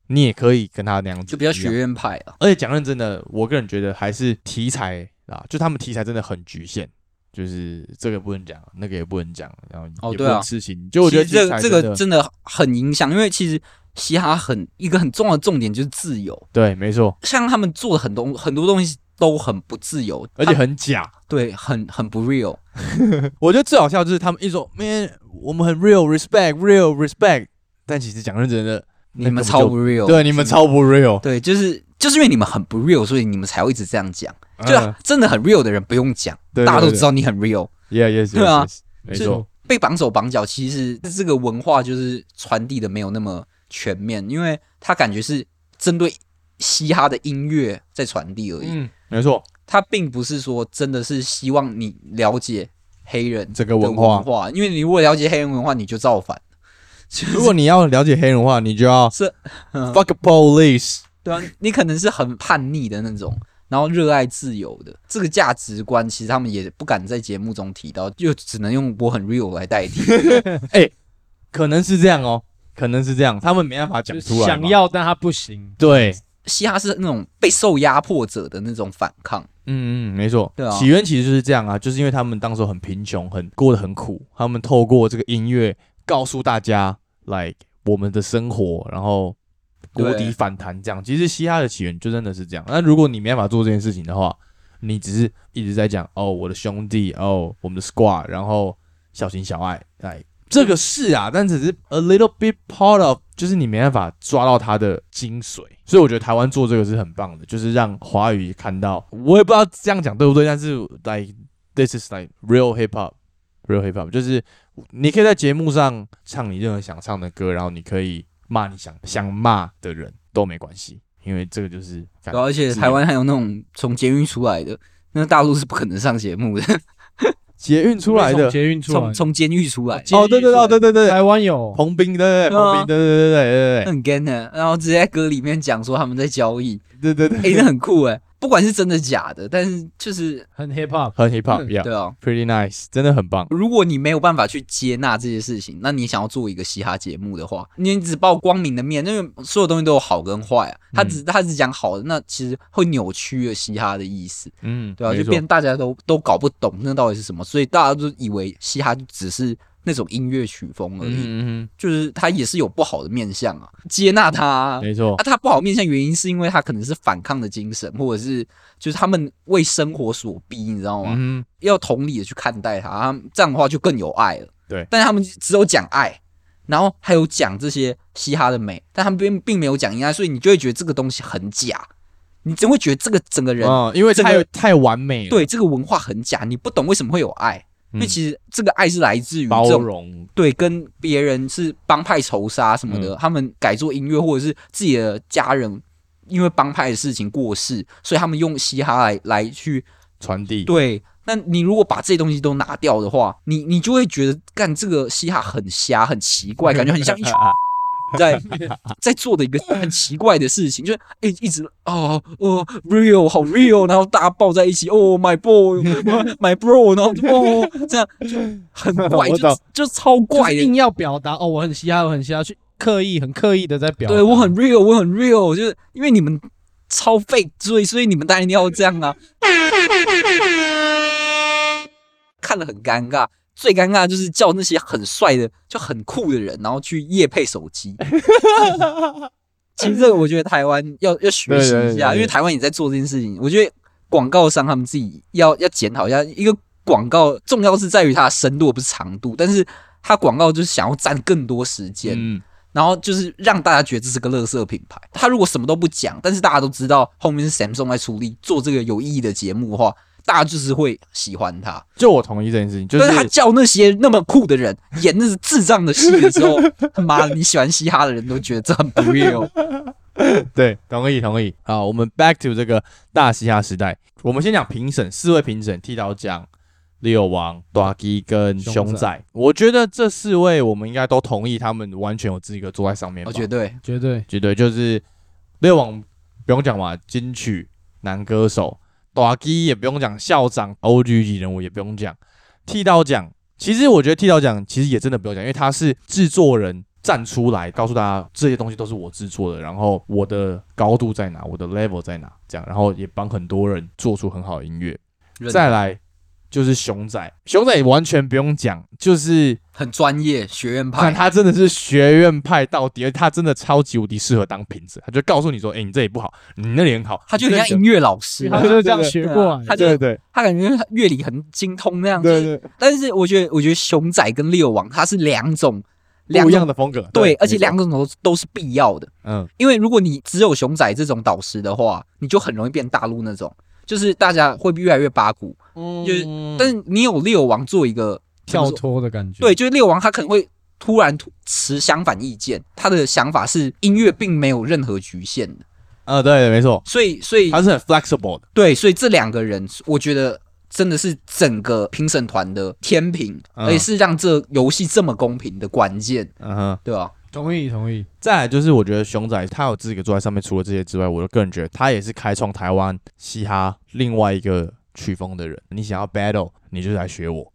[SPEAKER 1] 你也可以跟他那样子
[SPEAKER 2] 就比较
[SPEAKER 1] 一样
[SPEAKER 2] 学院派啊。
[SPEAKER 1] 而且讲认真的，我个人觉得还是题材啊，就他们题材真的很局限。就是这个不能讲，那个也不能讲，然后
[SPEAKER 2] 哦
[SPEAKER 1] 也不
[SPEAKER 2] 对啊
[SPEAKER 1] 能事情，就我觉得
[SPEAKER 2] 其实这
[SPEAKER 1] 其
[SPEAKER 2] 个
[SPEAKER 1] 实才
[SPEAKER 2] 这
[SPEAKER 1] 真
[SPEAKER 2] 个
[SPEAKER 1] 的
[SPEAKER 2] 真的很影响，因为其实嘻哈很一个很重要的重点就是自由，
[SPEAKER 1] 对，没错，
[SPEAKER 2] 像他们做的很多很多东西都很不自由，
[SPEAKER 1] 而且
[SPEAKER 2] 他
[SPEAKER 1] 很假。
[SPEAKER 2] 对很很不 real。
[SPEAKER 1] 我觉得最好笑就是他们一说 “man”，我们很 real respect real respect，但其实讲认真的，
[SPEAKER 2] 你
[SPEAKER 1] 那
[SPEAKER 2] 们
[SPEAKER 1] 根本
[SPEAKER 2] 超
[SPEAKER 1] 就
[SPEAKER 2] 不 real，
[SPEAKER 1] 对你们超不 real，
[SPEAKER 2] 对，就是就是因为你们很不 real，所以你们才会一直这样讲。就
[SPEAKER 1] 嗯
[SPEAKER 2] 真的很 real 的人不用讲，
[SPEAKER 1] 对
[SPEAKER 2] 啊大家都知道你很 real。
[SPEAKER 1] ，yeah yes
[SPEAKER 2] 对啊
[SPEAKER 1] yes，yes，没错，
[SPEAKER 2] 被绑手绑脚，其实这个文化就是传递的没有那么全面，因为它感觉是针对嘻哈的音乐在传递而已。
[SPEAKER 1] 嗯，没错，
[SPEAKER 2] 他并不是说真的是希望你了解黑人
[SPEAKER 1] 这个
[SPEAKER 2] 的
[SPEAKER 1] 文化
[SPEAKER 2] 文化，因为你如果了解黑人文化，你就造反。
[SPEAKER 1] 如果你要了解黑人的话，你就要
[SPEAKER 2] 是
[SPEAKER 1] fuck police。
[SPEAKER 2] 对啊，你可能是很叛逆的那种，然后热爱自由的这个价值观，其实他们也不敢在节目中提到，就只能用我很 real 来代替。
[SPEAKER 1] 可能是这样哦，可能是这样，他们没办法讲
[SPEAKER 3] 就是
[SPEAKER 1] 出来嘛。
[SPEAKER 3] 想要，但他不行。
[SPEAKER 1] 对，
[SPEAKER 2] 嘻哈是那种被受压迫者的那种反抗，
[SPEAKER 1] 嗯嗯，没错，
[SPEAKER 2] 对啊
[SPEAKER 1] 起源其实就是这样啊，就是因为他们当时很贫穷，很过得很苦，他们透过这个音乐告诉大家，like 我们的生活，然后国
[SPEAKER 2] 对
[SPEAKER 1] 敌反弹这样。其实嘻哈的起源就真的是这样。那如果你没办法做这件事情的话，你只是一直在讲哦，我的兄弟，哦，我们的 squad，然后小情小爱，哎，这个是啊，但只是 a little bit part of，就是你没办法抓到它的精髓。所以我觉得台湾做这个是很棒的，就是让华语看到，我也不知道这样讲对不对，但是 like this is like real hip hop。real hip hop 就是你可以在节目上唱你任何想唱的歌，然后你可以骂你想想骂的人都没关系，因为这个就是感
[SPEAKER 2] 对啊、而且
[SPEAKER 1] 自由
[SPEAKER 2] 台湾还有那种从监狱出来的，那大陆是不可能上节目的，
[SPEAKER 1] 捷运出来的
[SPEAKER 3] 从捷运出来
[SPEAKER 2] 从，从监狱出来
[SPEAKER 3] 哦，
[SPEAKER 1] 哦，对对对对对对，
[SPEAKER 3] 台湾有
[SPEAKER 1] 彭斌对对对
[SPEAKER 2] 对啊
[SPEAKER 1] 彭斌对对对
[SPEAKER 2] 那很 gay 的，然后直接在歌里面讲说他们在交易，
[SPEAKER 1] 对对对对对，
[SPEAKER 2] 诶，那很酷诶，不管是真的假的，但是就是
[SPEAKER 3] 很 hip hop，
[SPEAKER 1] 很 hip hop
[SPEAKER 3] 嗯
[SPEAKER 1] yeah
[SPEAKER 2] 对啊，
[SPEAKER 1] pretty nice，真的很棒。
[SPEAKER 2] 如果你没有办法去接纳这些事情，那你想要做一个嘻哈节目的话，你只报光明的面，因为所有东西都有好跟坏啊。
[SPEAKER 1] 嗯
[SPEAKER 2] 他只、他只讲好的，那其实会扭曲了嘻哈的意思，
[SPEAKER 1] 嗯，
[SPEAKER 2] 对啊，
[SPEAKER 1] 没
[SPEAKER 2] 就
[SPEAKER 1] 错
[SPEAKER 2] 变大家都都搞不懂那到底是什么，所以大家都以为嘻哈只是那种音乐曲风而已，
[SPEAKER 1] 嗯嗯
[SPEAKER 2] 就是它也是有不好的面相啊，接纳它、啊
[SPEAKER 1] 嗯，。没错
[SPEAKER 2] 啊，，它不好面向原因是因为它可能是反抗的精神，或者是就是他们为生活所逼，你知道吗？
[SPEAKER 1] 嗯
[SPEAKER 2] 要同理的去看待它，啊这样的话就更有爱了。
[SPEAKER 1] 对
[SPEAKER 2] 但是他们只有讲爱，然后还有讲这些嘻哈的美，但他们并并没有讲应该，所以你就会觉得这个东西很假，你真会觉得这个整个
[SPEAKER 1] 哼，
[SPEAKER 2] 人、
[SPEAKER 1] 哦，因为
[SPEAKER 2] 这个
[SPEAKER 1] 太太完美了，
[SPEAKER 2] 对这个文化很假，你不懂为什么会有爱，
[SPEAKER 1] 嗯，
[SPEAKER 2] 因为其实这个爱是来自于
[SPEAKER 1] 包
[SPEAKER 2] 这种
[SPEAKER 1] 容，
[SPEAKER 2] 对跟别人是帮派仇杀什么
[SPEAKER 1] 嗯
[SPEAKER 2] 的，他们改做音乐或者是自己的家人。因为帮派的事情过世，所以他们用嘻哈来来去
[SPEAKER 1] 传递，
[SPEAKER 2] 对，那你如果把这些东西都拿掉的话，你你就会觉得干这个嘻哈很瞎、很奇怪，感觉很像一群在在做的一个很奇怪的事情，就是哎、一直哦哦 real 好 real，然后大家抱在一起，哦 my boy my bro，然后就哦这样就很怪，
[SPEAKER 1] 我
[SPEAKER 2] 就
[SPEAKER 1] 懂
[SPEAKER 2] 就超
[SPEAKER 3] 就
[SPEAKER 2] 怪
[SPEAKER 3] 是
[SPEAKER 2] 的。
[SPEAKER 3] 硬要表达哦，我很嘻哈，我很嘻哈，去刻意很刻意的在表达。
[SPEAKER 2] 对我很 real，我很 real，就是因为你们超 fake，所以所以你们当然要这样啊。看了很尴尬，最尴尬就是叫那些很帅的、就很酷的人，然后去夜配手机。其实这个我觉得台湾要 要学
[SPEAKER 1] 对
[SPEAKER 2] 习
[SPEAKER 1] 对
[SPEAKER 2] 一下，
[SPEAKER 1] 对
[SPEAKER 2] 因为台湾也在做这件事情。我觉得广告商他们自己要要检讨一下，一个广告重要是在于它的深度，而不是长度。但是它广告就是想要占更多时 间，
[SPEAKER 1] 嗯，
[SPEAKER 2] 然后就是让大家觉得这是个垃圾品牌。他如果什么都不讲，但是大家都知道后面是 Samsung 在出力做这个有意义的节目的话，大家就是会喜欢他。
[SPEAKER 1] 就我同意这件事情，就
[SPEAKER 2] 但是他叫那些那么酷的人演那是智障的戏的时候，他妈的，你喜欢嘻哈的人都觉得这很不 real。
[SPEAKER 1] 对，同意同意。好，我们 back to 这个大嘻哈时代。我们先讲评审，四位评审，剃刀奖、六王、大基跟
[SPEAKER 3] 熊
[SPEAKER 1] 熊
[SPEAKER 3] 仔
[SPEAKER 1] 仔。我觉得这四位，我们应该都同意，他们完全有资格坐在上面吧。
[SPEAKER 2] 我绝对
[SPEAKER 3] 绝对
[SPEAKER 1] 绝对就是六王不用讲嘛，金曲男歌手，大基也不用讲，校长 OG 级人物也不用讲，剃刀奖。其实我觉得剃刀奖其实也真的不用讲，因为他是制作人站出来告诉大家这些东西都是我制作的，然后我的高度在哪，我的 level 在哪，这样，然后也帮很多人做出很好的音乐。
[SPEAKER 2] 认
[SPEAKER 1] 再来就是熊仔，熊仔完全不用讲，就是
[SPEAKER 2] 很专业，学院
[SPEAKER 1] 看
[SPEAKER 2] 派，
[SPEAKER 1] 他真的是学院派到底，而他真的超级无敌适合当评审，他就告诉你说，哎、你这里不好，你那里很好，
[SPEAKER 2] 他就很
[SPEAKER 1] 你那
[SPEAKER 2] 像
[SPEAKER 1] 里
[SPEAKER 2] 音乐老师，
[SPEAKER 1] 对
[SPEAKER 4] 他
[SPEAKER 1] 对
[SPEAKER 4] 就是这样学过来
[SPEAKER 2] 他
[SPEAKER 4] 的。
[SPEAKER 2] 就
[SPEAKER 1] 对对
[SPEAKER 2] 他感觉乐理很精通那样子。
[SPEAKER 1] 对对，
[SPEAKER 2] 但是我觉得，我觉得熊仔跟六王他是两种，两
[SPEAKER 1] 不一样
[SPEAKER 2] 种
[SPEAKER 1] 的风格，
[SPEAKER 2] 对，而且
[SPEAKER 1] 没错
[SPEAKER 2] 两种都都是必要的。
[SPEAKER 1] 嗯
[SPEAKER 2] 因为如果你只有熊仔这种导师的话，你就很容易变大陆那种，就是大家会越来越八股。就是但是你嗯有六王做一个
[SPEAKER 3] 跳，
[SPEAKER 2] 怎么说
[SPEAKER 3] 脱的感觉。
[SPEAKER 2] 对，就是六王他可能会突然突持相反意见，他的想法是音乐并没有任何局限的，
[SPEAKER 1] 呃对，没错，
[SPEAKER 2] 所以所以
[SPEAKER 1] 他是很 flexible 的，
[SPEAKER 2] 啊对，所以这两个人，我觉得真的是整个评审团的天平，
[SPEAKER 1] 嗯
[SPEAKER 2] 而且是让这游戏这么公平的关键，
[SPEAKER 1] 嗯哼。
[SPEAKER 2] 对吧、
[SPEAKER 3] 同意同意。
[SPEAKER 1] 再来就是，我觉得熊仔他有资格坐在上面，除了这些之外，我个人觉得他也是开创台湾嘻哈另外一个曲风的人。你想要 battle，你就来学我，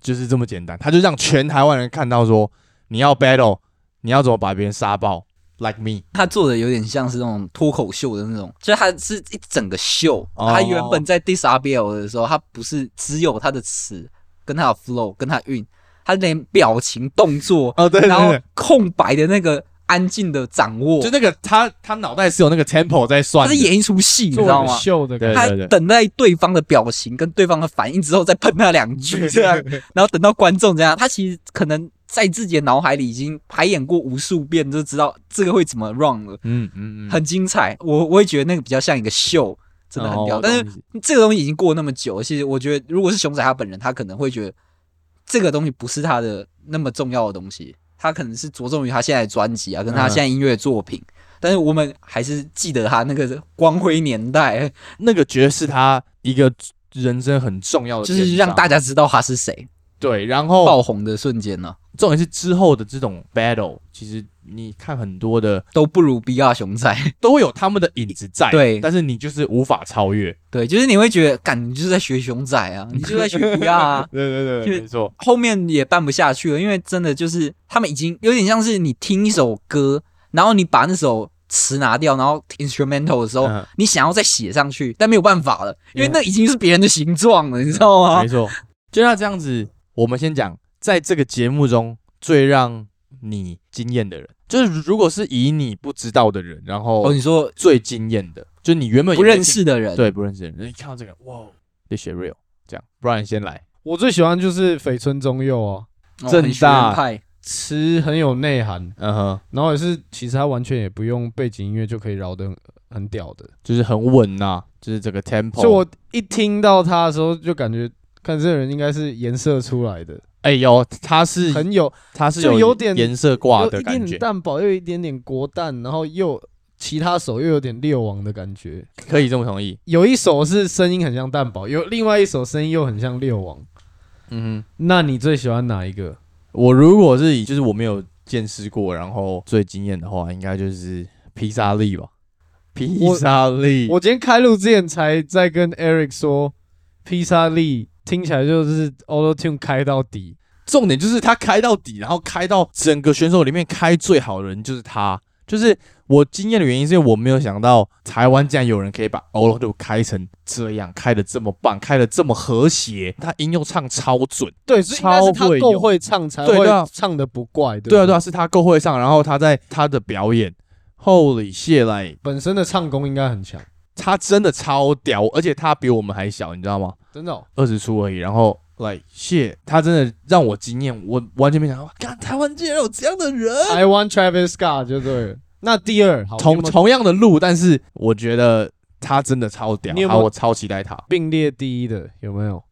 [SPEAKER 1] 就是这么简单。他就让全台湾人看到说，你要 battle，你要怎么把别人杀爆，like me。
[SPEAKER 2] 他做的有点像是那种脱口秀的那种，就是他是一整个秀。
[SPEAKER 1] 哦
[SPEAKER 2] 他原本在 diss RBL 的时候，他不是只有他的词、跟他的 flow、跟他的韵，他连表情、动作，
[SPEAKER 1] 哦，对
[SPEAKER 2] 然后空白的那个安静的掌握
[SPEAKER 1] 就，那个他他脑袋是有那个 tempo 在
[SPEAKER 2] 他
[SPEAKER 1] 算的
[SPEAKER 2] 是，演一出戏，你
[SPEAKER 3] 做
[SPEAKER 2] 知道吗
[SPEAKER 3] 个？秀的感
[SPEAKER 1] 对
[SPEAKER 3] 觉，
[SPEAKER 2] 他
[SPEAKER 1] 对对
[SPEAKER 2] 等待对方的表情跟对方的反应之后，再喷他两句这样，然后等到观众这样，他其实可能在自己的脑海里已经排演过无数遍，就知道这个会怎么 run 了，
[SPEAKER 1] 嗯嗯嗯，
[SPEAKER 2] 很精彩。我我会觉得那个比较像一个秀，真的很屌。
[SPEAKER 1] 哦
[SPEAKER 2] 但
[SPEAKER 1] 懂
[SPEAKER 2] 是这个东西已经过那么久，其实我觉得如果是熊仔他本人，他可能会觉得这个东西不是他的那么重要的东西，他可能是着重于他现在的专辑啊，跟他
[SPEAKER 1] 嗯
[SPEAKER 2] 现在音乐作品。但是我们还是记得他那个光辉年代，
[SPEAKER 1] 那个绝对是他一个人生很重要的
[SPEAKER 2] 就
[SPEAKER 1] 篇章，
[SPEAKER 2] 是让大家知道他是谁，
[SPEAKER 1] 对，然后
[SPEAKER 2] 爆红的瞬间啊呢、
[SPEAKER 1] 重点是之后的这种 battle，其实你看很多的
[SPEAKER 2] 都不如 BR 熊仔。
[SPEAKER 1] 都会有他们的影子在，
[SPEAKER 2] 对
[SPEAKER 1] 但是你就是无法超越。
[SPEAKER 2] 对，就是你会觉得，干，你就是在学熊仔啊，你就在学 BR 啊。
[SPEAKER 1] 对对
[SPEAKER 2] 对
[SPEAKER 1] 没错，
[SPEAKER 2] 后面也办不下去了，因为真的就是他们已经有点像是你听一首歌，然后你把那首词拿掉，然后 instrumental 的时候，
[SPEAKER 1] 嗯
[SPEAKER 2] 你想要再写上去，但没有办法了，因为那已经是别人的形状了，你知道吗
[SPEAKER 1] 没？错。就那这样子，我们先讲，在这个节目中最让你惊艳的人，就是如果是以你不知道的人，然
[SPEAKER 2] 哦，
[SPEAKER 1] 后
[SPEAKER 2] 你说
[SPEAKER 1] 最惊艳的，就你原本也
[SPEAKER 2] 不认，识的人，，
[SPEAKER 1] 对不认识的人，你看到这个，哇，这学 real 这样，不然你先来，
[SPEAKER 3] 我最喜欢就是绯村中佑哦，
[SPEAKER 2] 哦、
[SPEAKER 1] 正
[SPEAKER 2] 很学院
[SPEAKER 1] 大
[SPEAKER 2] 派，
[SPEAKER 3] 词很有内涵，
[SPEAKER 1] 嗯哼，
[SPEAKER 3] 然后也是其实他完全也不用背景音乐就可以饶得很很屌的。
[SPEAKER 1] 就是很稳呐、就是这个 tempo，
[SPEAKER 3] 所以我一听到他的时候，就感觉看这个人应该是颜色出来的，
[SPEAKER 1] 哎呦，他是
[SPEAKER 3] 很有
[SPEAKER 1] 他是
[SPEAKER 3] 就有点
[SPEAKER 1] 颜色挂
[SPEAKER 3] 有
[SPEAKER 1] 的
[SPEAKER 3] 一
[SPEAKER 1] 感
[SPEAKER 3] 点
[SPEAKER 1] 觉
[SPEAKER 3] 点，蛋堡，又有一点点国蛋，然后又其他手又有点六王的感觉。
[SPEAKER 1] 可以这么同意，
[SPEAKER 3] 有一首是声音很像蛋堡，有另外一首声音又很像六王。
[SPEAKER 1] 嗯哼。
[SPEAKER 3] 那你最喜欢哪一个？
[SPEAKER 1] 我如果是以就是我没有见识过，然后最惊艳的话，应该就是披萨粒吧。披萨粒，
[SPEAKER 3] 我今天开录之前才在跟 Eric 说，披萨力听起来就是 Auto Tune 开到底，
[SPEAKER 1] 重点就是他开到底，然后开到整个选手里面开最好的人就是他。就是我惊艳的原因，是因为我没有想到台湾竟然有人可以把 o l o 开成这样，开的这么棒，开的这么和谐，他音又唱超准。
[SPEAKER 3] 对，所以应该是
[SPEAKER 1] 超
[SPEAKER 3] 他
[SPEAKER 1] 会
[SPEAKER 3] 够
[SPEAKER 1] 有
[SPEAKER 3] 会唱才
[SPEAKER 1] 对
[SPEAKER 3] 会
[SPEAKER 1] 对啊
[SPEAKER 3] 唱的不怪，对
[SPEAKER 1] 对啊，
[SPEAKER 3] 不
[SPEAKER 1] 对啊，是他够会唱，然后他在他的表演，Holy shit！like，
[SPEAKER 3] 本身的唱功应该很强，
[SPEAKER 1] 他真的超屌，而且他比我们还小，你知道吗？
[SPEAKER 3] 真的哦、
[SPEAKER 1] 二十出而已，然后 like shit，他真的让我惊艳，我完全没想到，干台湾竟然有这样的人，
[SPEAKER 3] 台湾 Travis Scott 就对了。那第二，好，你
[SPEAKER 1] 同
[SPEAKER 3] 有没有
[SPEAKER 1] 同样的路，但是我觉得他真的超屌，
[SPEAKER 3] 你有没
[SPEAKER 1] 然
[SPEAKER 3] 有
[SPEAKER 1] 后我超期待他，
[SPEAKER 3] 并列第一的有没有？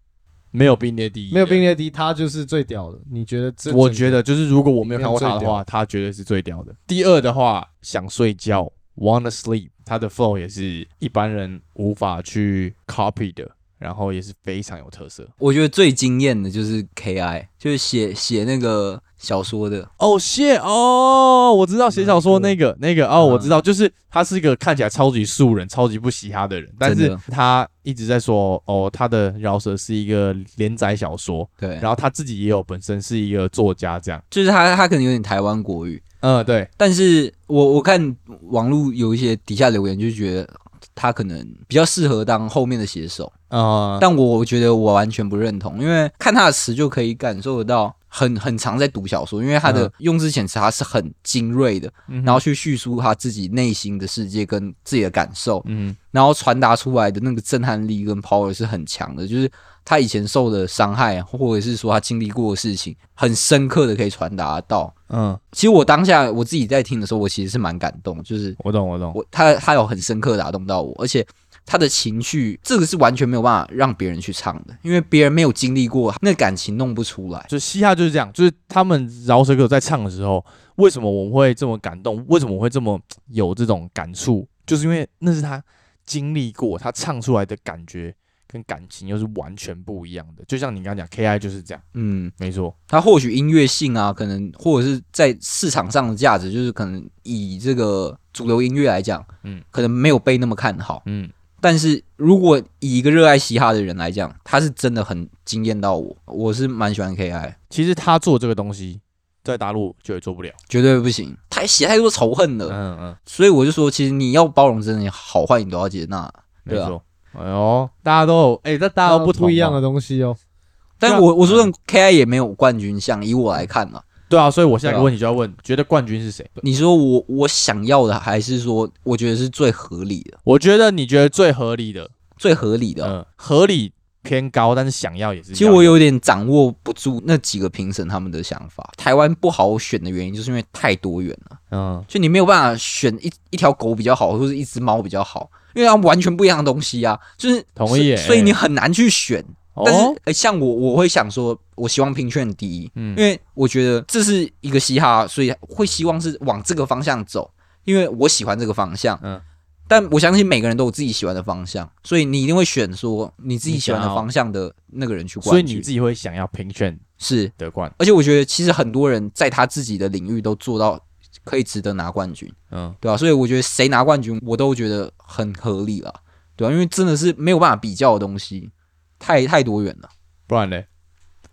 [SPEAKER 1] 没有并列第一，
[SPEAKER 3] 没有并，列第一，他就是最屌的。你觉得这？
[SPEAKER 1] 我觉得就是如果我没有看过他
[SPEAKER 3] 里
[SPEAKER 1] 的
[SPEAKER 3] 面最
[SPEAKER 1] 话，他绝对是最屌的。第二的话，想睡觉，wanna sleep，他的 flow 也是一般人无法去 copy 的，然后也是非常有特色。
[SPEAKER 2] 我觉得最惊艳的就是 KI，就是写写那个小说的，
[SPEAKER 1] 哦，谢哦，我知道写小说那个那个哦，
[SPEAKER 2] 嗯
[SPEAKER 1] 我知道，就是他是一个看起来超级素人、超级不嘻哈的人，但
[SPEAKER 2] 真
[SPEAKER 1] 是
[SPEAKER 2] 的
[SPEAKER 1] 他一直在说哦，他的饶舌是一个连载小说，
[SPEAKER 2] 对，
[SPEAKER 1] 然后他自己也有本身是一个作家这样。
[SPEAKER 2] 就是他他可能有点台湾国语，
[SPEAKER 1] 嗯，对，
[SPEAKER 2] 但是我我看网络有一些底下留言就觉得他可能比较适合当后面的写手，
[SPEAKER 1] 啊，
[SPEAKER 2] 但我我觉得我完全不认同，因为看他的词就可以感受得到很很常在读小说，因为他的
[SPEAKER 1] 嗯
[SPEAKER 2] 用字遣词他是很精锐的，
[SPEAKER 1] 嗯
[SPEAKER 2] 然后去叙述他自己内心的世界跟自己的感受，
[SPEAKER 1] 嗯
[SPEAKER 2] 然后传达出来的那个震撼力跟 power 是很强的，就是他以前受的伤害，或者是说他经历过的事情，很深刻的可以传达到。
[SPEAKER 1] 嗯，
[SPEAKER 2] 其实我当下我自己在听的时候，我其实是蛮感动，就是
[SPEAKER 1] 我懂我懂，
[SPEAKER 2] 我他他有很深刻地打动到我，而且他的情绪这个是完全没有办法让别人去唱的，因为别人没有经历过，那感情弄不出来。
[SPEAKER 1] 就嘻哈就是这样，就是他们饶舌歌手在唱的时候，为什么我们会这么感动？为什么我会这么有这种感触？就是因为那是他经历过，他唱出来的感觉跟感情又是完全不一样的。就像你刚刚讲，K I 就是这样，
[SPEAKER 2] 嗯，
[SPEAKER 1] 没错，
[SPEAKER 2] 他或许音乐性啊，可能或者是在市场上的价值，就是可能以这个主流音乐来讲，
[SPEAKER 1] 嗯
[SPEAKER 2] 嗯，可能没有被那么看好。
[SPEAKER 1] 嗯
[SPEAKER 2] 但是如果以一个热爱嘻哈的人来讲，他是真的很惊艳到我，我是蛮喜欢 KI，
[SPEAKER 1] 其实他做这个东西在大陆就也做不了。
[SPEAKER 2] 绝对不行，他写太多仇恨了，
[SPEAKER 1] 嗯嗯，
[SPEAKER 2] 所以我就说，其实你要包容真的好坏你都要接纳，
[SPEAKER 1] 没
[SPEAKER 2] 对啊
[SPEAKER 1] 错。哎呦，大家都有哎，这大家都
[SPEAKER 3] 不啊
[SPEAKER 1] 不同
[SPEAKER 3] 一样
[SPEAKER 1] 嘛
[SPEAKER 3] 的东西哦。
[SPEAKER 1] 对啊
[SPEAKER 2] 但我我说真的 KI 也没有冠军相，以我来看啊，
[SPEAKER 1] 对啊，所以我下一
[SPEAKER 2] 对
[SPEAKER 1] 个
[SPEAKER 2] 啊
[SPEAKER 1] 问题就要问，觉得冠军是谁？
[SPEAKER 2] 你说我我想要的，还是说我觉得是最合理的？
[SPEAKER 1] 我觉得你觉得最合理的，
[SPEAKER 2] 最合理的，
[SPEAKER 1] 嗯，
[SPEAKER 2] 啊
[SPEAKER 1] 合理偏高，但是想要也是要。
[SPEAKER 2] 其实我有点掌握不住那几个评审他们的想法。台湾不好选的原因，就是因为太多元了，
[SPEAKER 1] 嗯，
[SPEAKER 2] 就你没有办法选一一条狗比较好，或者一只猫比较好，因为它完全不一样的东西啊。就是
[SPEAKER 1] 同意耶
[SPEAKER 2] 所以所以你很难去选。但
[SPEAKER 1] 哦
[SPEAKER 2] 是、呃像我，我会想说，我希望评选第一，
[SPEAKER 1] 嗯
[SPEAKER 2] 因为我觉得这是一个嘻哈，所以会希望是往这个方向走，因为我喜欢这个方向。
[SPEAKER 1] 嗯
[SPEAKER 2] 嗯，但我相信每个人都有自己喜欢的方向，所以你一定会选说你自己
[SPEAKER 1] 你
[SPEAKER 2] 喜欢的
[SPEAKER 1] 想要
[SPEAKER 2] 方向的那个人去冠军。
[SPEAKER 1] 所以你自己会想要评选
[SPEAKER 2] 是，
[SPEAKER 1] 得冠，
[SPEAKER 2] 而且我觉得其实很多人在他自己的领域都做到可以值得拿冠军，
[SPEAKER 1] 嗯，
[SPEAKER 2] 对吧、所以我觉得谁拿冠军，我都觉得很合理了，对吧、因为真的是没有办法比较的东西，太太多元了。
[SPEAKER 1] 不然嘞，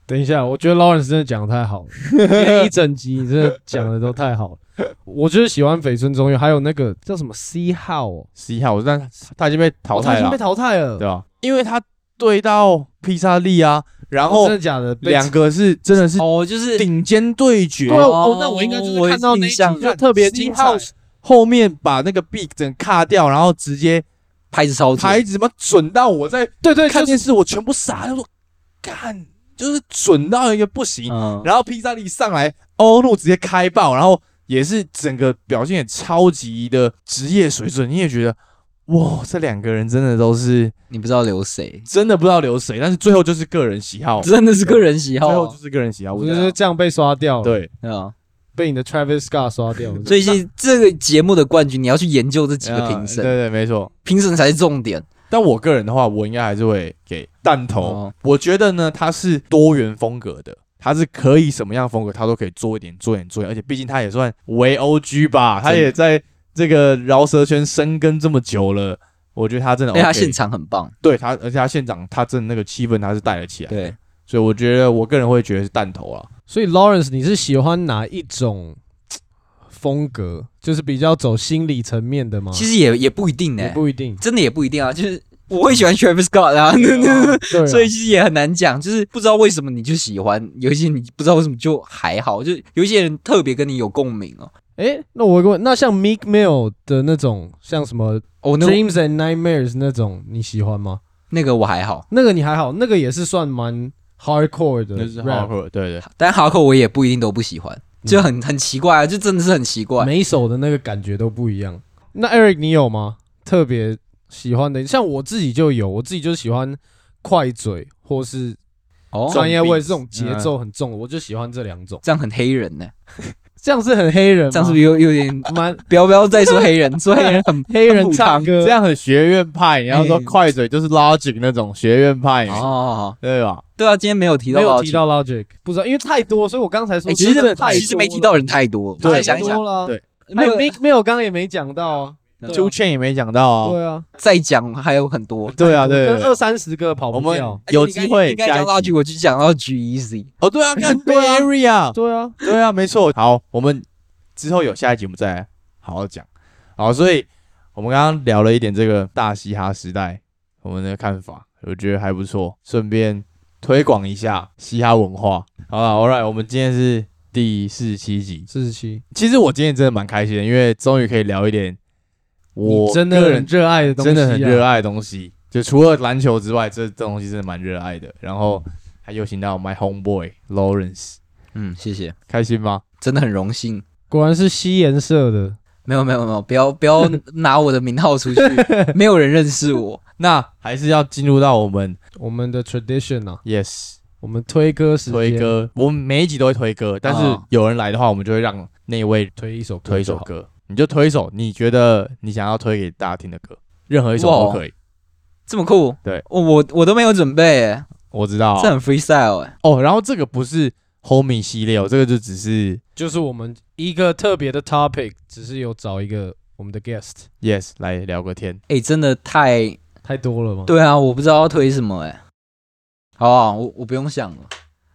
[SPEAKER 3] 等一下，我觉得 Lawrence 真的讲得太好了，今天一整集你真的讲的都太好了。我就是喜欢绯村中佑，还有那个叫什么 C 号哦，
[SPEAKER 1] 十一号，我但他已经被淘
[SPEAKER 3] 哦他
[SPEAKER 1] 汰
[SPEAKER 3] 已
[SPEAKER 1] 了啊
[SPEAKER 3] 经被，淘汰了。
[SPEAKER 1] 对吧？因为他对到披萨利啊，然
[SPEAKER 3] 哦
[SPEAKER 1] 后
[SPEAKER 3] 真的假的？被
[SPEAKER 1] 两个是真的是
[SPEAKER 2] 哦，就是
[SPEAKER 1] 顶尖对决
[SPEAKER 3] 对，啊哦
[SPEAKER 2] 哦，
[SPEAKER 3] 那我应该就
[SPEAKER 2] 我
[SPEAKER 3] 是看到那一
[SPEAKER 2] 印象
[SPEAKER 3] 集就特别
[SPEAKER 1] 十一
[SPEAKER 3] 精
[SPEAKER 1] 号
[SPEAKER 3] 彩。
[SPEAKER 1] 后面把那个 B 整卡掉，然后直接
[SPEAKER 2] 拍子超准
[SPEAKER 1] 牌子嘛准到我在
[SPEAKER 3] 对对，
[SPEAKER 1] 看
[SPEAKER 3] 就是
[SPEAKER 1] 电视，我全部傻，他说干就是准到一个不行，
[SPEAKER 2] 嗯，
[SPEAKER 1] 然后披萨利上来，欧诺直接开爆，然后也是整个表现也超级的职业水准，你也觉得哇，这两个人真的都是
[SPEAKER 2] 你不知道留谁，
[SPEAKER 1] 真的不知道留谁，但是最后就是个人喜好，
[SPEAKER 2] 真的是个人喜好
[SPEAKER 1] 最后
[SPEAKER 2] 啊
[SPEAKER 1] 就，是个人喜好，
[SPEAKER 3] 我
[SPEAKER 1] 我
[SPEAKER 3] 就
[SPEAKER 1] 觉
[SPEAKER 3] 是
[SPEAKER 1] 得
[SPEAKER 3] 这样被刷掉了，，
[SPEAKER 1] 对，
[SPEAKER 2] 对啊。
[SPEAKER 3] 被你的 Travis Scott 刷掉了。
[SPEAKER 2] 所以其实这个节目的冠军，你要去研究这几个评
[SPEAKER 1] 啊对
[SPEAKER 2] 审，
[SPEAKER 1] 对没错。
[SPEAKER 2] 评审才是重点。
[SPEAKER 1] 但我个人的话，我应该还是会给弹头。
[SPEAKER 2] 哦
[SPEAKER 1] 我觉得呢，它是多元风格的，它是可以什么样风格，它都可以做一点，做一点，做一点。而且毕竟它也算为 OG 吧，它
[SPEAKER 2] 真的
[SPEAKER 1] 也在这个饶舌圈生根这么久了，我觉得他真的、OK
[SPEAKER 2] 因为哎他现场很棒，
[SPEAKER 1] 哦对他，而且他现场他真的那个气氛他是带了起来，
[SPEAKER 2] 对，
[SPEAKER 1] 所以我觉得我个人会觉得是弹头啊。
[SPEAKER 3] 所以 Lawrence，你是喜欢哪一种风格？就是比较走心理层面的吗？
[SPEAKER 2] 其实欸也也不一定呢、，
[SPEAKER 3] 也不一定
[SPEAKER 2] 真的也不一定啊。就是我会喜欢 Travis Scott 啊，
[SPEAKER 3] 对 啊，
[SPEAKER 2] 所以其实也很难讲，就是不知道为什么你就喜欢，有一些你不知道为什么就还好，就是有一些人特别跟你有共鸣哦。
[SPEAKER 3] 哎，那我有个问，那像 Meek Mill 的那种，像什么
[SPEAKER 2] 哦，那
[SPEAKER 3] Dreams and Nightmares 那种，你喜欢吗？
[SPEAKER 2] 那个我还好，
[SPEAKER 3] 那个你还好，那个也是算蛮 hardcore 的
[SPEAKER 1] 那是
[SPEAKER 3] rap，
[SPEAKER 1] hardcore，对对，
[SPEAKER 2] 但哈扣我也不一定都不喜欢，就很很奇怪啊，就真的是很奇怪。
[SPEAKER 3] 每一首的那个感觉都不一样。那 Eric，你有吗？特别喜欢的，像我自己就有，我自己就喜欢快嘴或是
[SPEAKER 2] 哦，
[SPEAKER 3] 专业味
[SPEAKER 1] beats，
[SPEAKER 3] 这种节奏很重的，我就喜欢这两种。
[SPEAKER 2] 这样很黑人呢、
[SPEAKER 3] 这样是很黑人吗，
[SPEAKER 2] 这样是不是有有点？
[SPEAKER 3] 蛮
[SPEAKER 2] 不要不要再说黑人， 说黑人很
[SPEAKER 3] 黑
[SPEAKER 2] 很
[SPEAKER 3] 人
[SPEAKER 2] 普
[SPEAKER 3] 唱
[SPEAKER 2] 通
[SPEAKER 3] 歌
[SPEAKER 1] 这样很学院派，然后说
[SPEAKER 2] 哎
[SPEAKER 1] 快嘴就是 Logic 那种学院派，
[SPEAKER 2] 哦，
[SPEAKER 1] 对吧？
[SPEAKER 2] 对啊，今天没有提到
[SPEAKER 3] 没有
[SPEAKER 2] 老
[SPEAKER 3] 提
[SPEAKER 2] 秦，
[SPEAKER 3] 到 Logic，不知道因为太多，所以我刚才说
[SPEAKER 2] 哎，其
[SPEAKER 3] 真的
[SPEAKER 2] 实
[SPEAKER 3] 太
[SPEAKER 2] 其实没提到人太多，
[SPEAKER 1] 对
[SPEAKER 2] 我
[SPEAKER 3] 太
[SPEAKER 2] 再想一想，
[SPEAKER 3] 多了啊。
[SPEAKER 1] 对
[SPEAKER 3] 还
[SPEAKER 2] 没
[SPEAKER 3] 有
[SPEAKER 2] 有
[SPEAKER 3] Mick Mill 刚刚也没讲到啊，
[SPEAKER 2] 对啊
[SPEAKER 1] Two Chain 也没讲到
[SPEAKER 2] 哦
[SPEAKER 1] 啊，
[SPEAKER 3] 对啊，
[SPEAKER 2] 再讲还有很多。
[SPEAKER 1] 对啊，对
[SPEAKER 3] 跟
[SPEAKER 1] 对
[SPEAKER 3] 二三十个跑
[SPEAKER 1] 我
[SPEAKER 3] 不
[SPEAKER 1] 们
[SPEAKER 3] 掉。哎
[SPEAKER 1] 有机会
[SPEAKER 2] 应该讲
[SPEAKER 1] 下
[SPEAKER 2] 到
[SPEAKER 1] 一集
[SPEAKER 2] G，我就讲到 G Easy。
[SPEAKER 1] 哦， 对啊，看 b
[SPEAKER 3] 对啊
[SPEAKER 1] Area，
[SPEAKER 3] 对啊，
[SPEAKER 1] 对啊，没错。好，我们之后有下一集，我们再好好讲。好，所以我们刚刚聊了一点这个大嘻哈时代我们的看法，我觉得还不错，顺便推广一下嘻哈文化。好了，All right，我们今天是第四十七集，
[SPEAKER 3] 四十七，
[SPEAKER 1] 其实我今天真的蛮开心的，因为终于可以聊一点我
[SPEAKER 3] 你真
[SPEAKER 1] 个
[SPEAKER 3] 的很
[SPEAKER 1] 人
[SPEAKER 3] 热爱的东西、啊，
[SPEAKER 1] 真的很热爱的东西。就除了篮球之外，这这东西真的蛮热爱的。然后还有请到 my homeboy Lawrence，
[SPEAKER 2] 嗯，谢谢，
[SPEAKER 1] 开心吗？
[SPEAKER 2] 真的很荣幸。
[SPEAKER 3] 果然是西颜色的，
[SPEAKER 2] 没有没有没有，不要不要拿我的名号 出去，没有人认识我。
[SPEAKER 1] 那还是要进入到我们
[SPEAKER 3] 我们的 tradition 啊，
[SPEAKER 1] yes
[SPEAKER 3] 我们推歌时间
[SPEAKER 1] 推歌，我们每一集都会推歌，但是
[SPEAKER 2] 啊
[SPEAKER 1] 有人来的话，我们就会让那位
[SPEAKER 3] 推一首歌
[SPEAKER 1] 推一首
[SPEAKER 3] 就好，
[SPEAKER 1] 歌，你就推一首你觉得你想要推给大家听的歌，任何一首
[SPEAKER 2] 哇
[SPEAKER 1] 都
[SPEAKER 2] 哦
[SPEAKER 1] 可以。
[SPEAKER 2] 这么酷，
[SPEAKER 1] 对
[SPEAKER 2] 我我我都没有准备耶，
[SPEAKER 3] 哦
[SPEAKER 1] 我知道
[SPEAKER 2] 这很 freestyle 哎，
[SPEAKER 1] 哦，然后这个不是 homie 系列哦，这个就只是
[SPEAKER 3] 就是我们一个特别的 topic，只是有找一个我们的 guest，
[SPEAKER 1] Yes 来聊个天。
[SPEAKER 2] 哎，真的太
[SPEAKER 3] 太多了吗？
[SPEAKER 2] 对啊，我不知道要推什么哎。好啊，我我不用想了，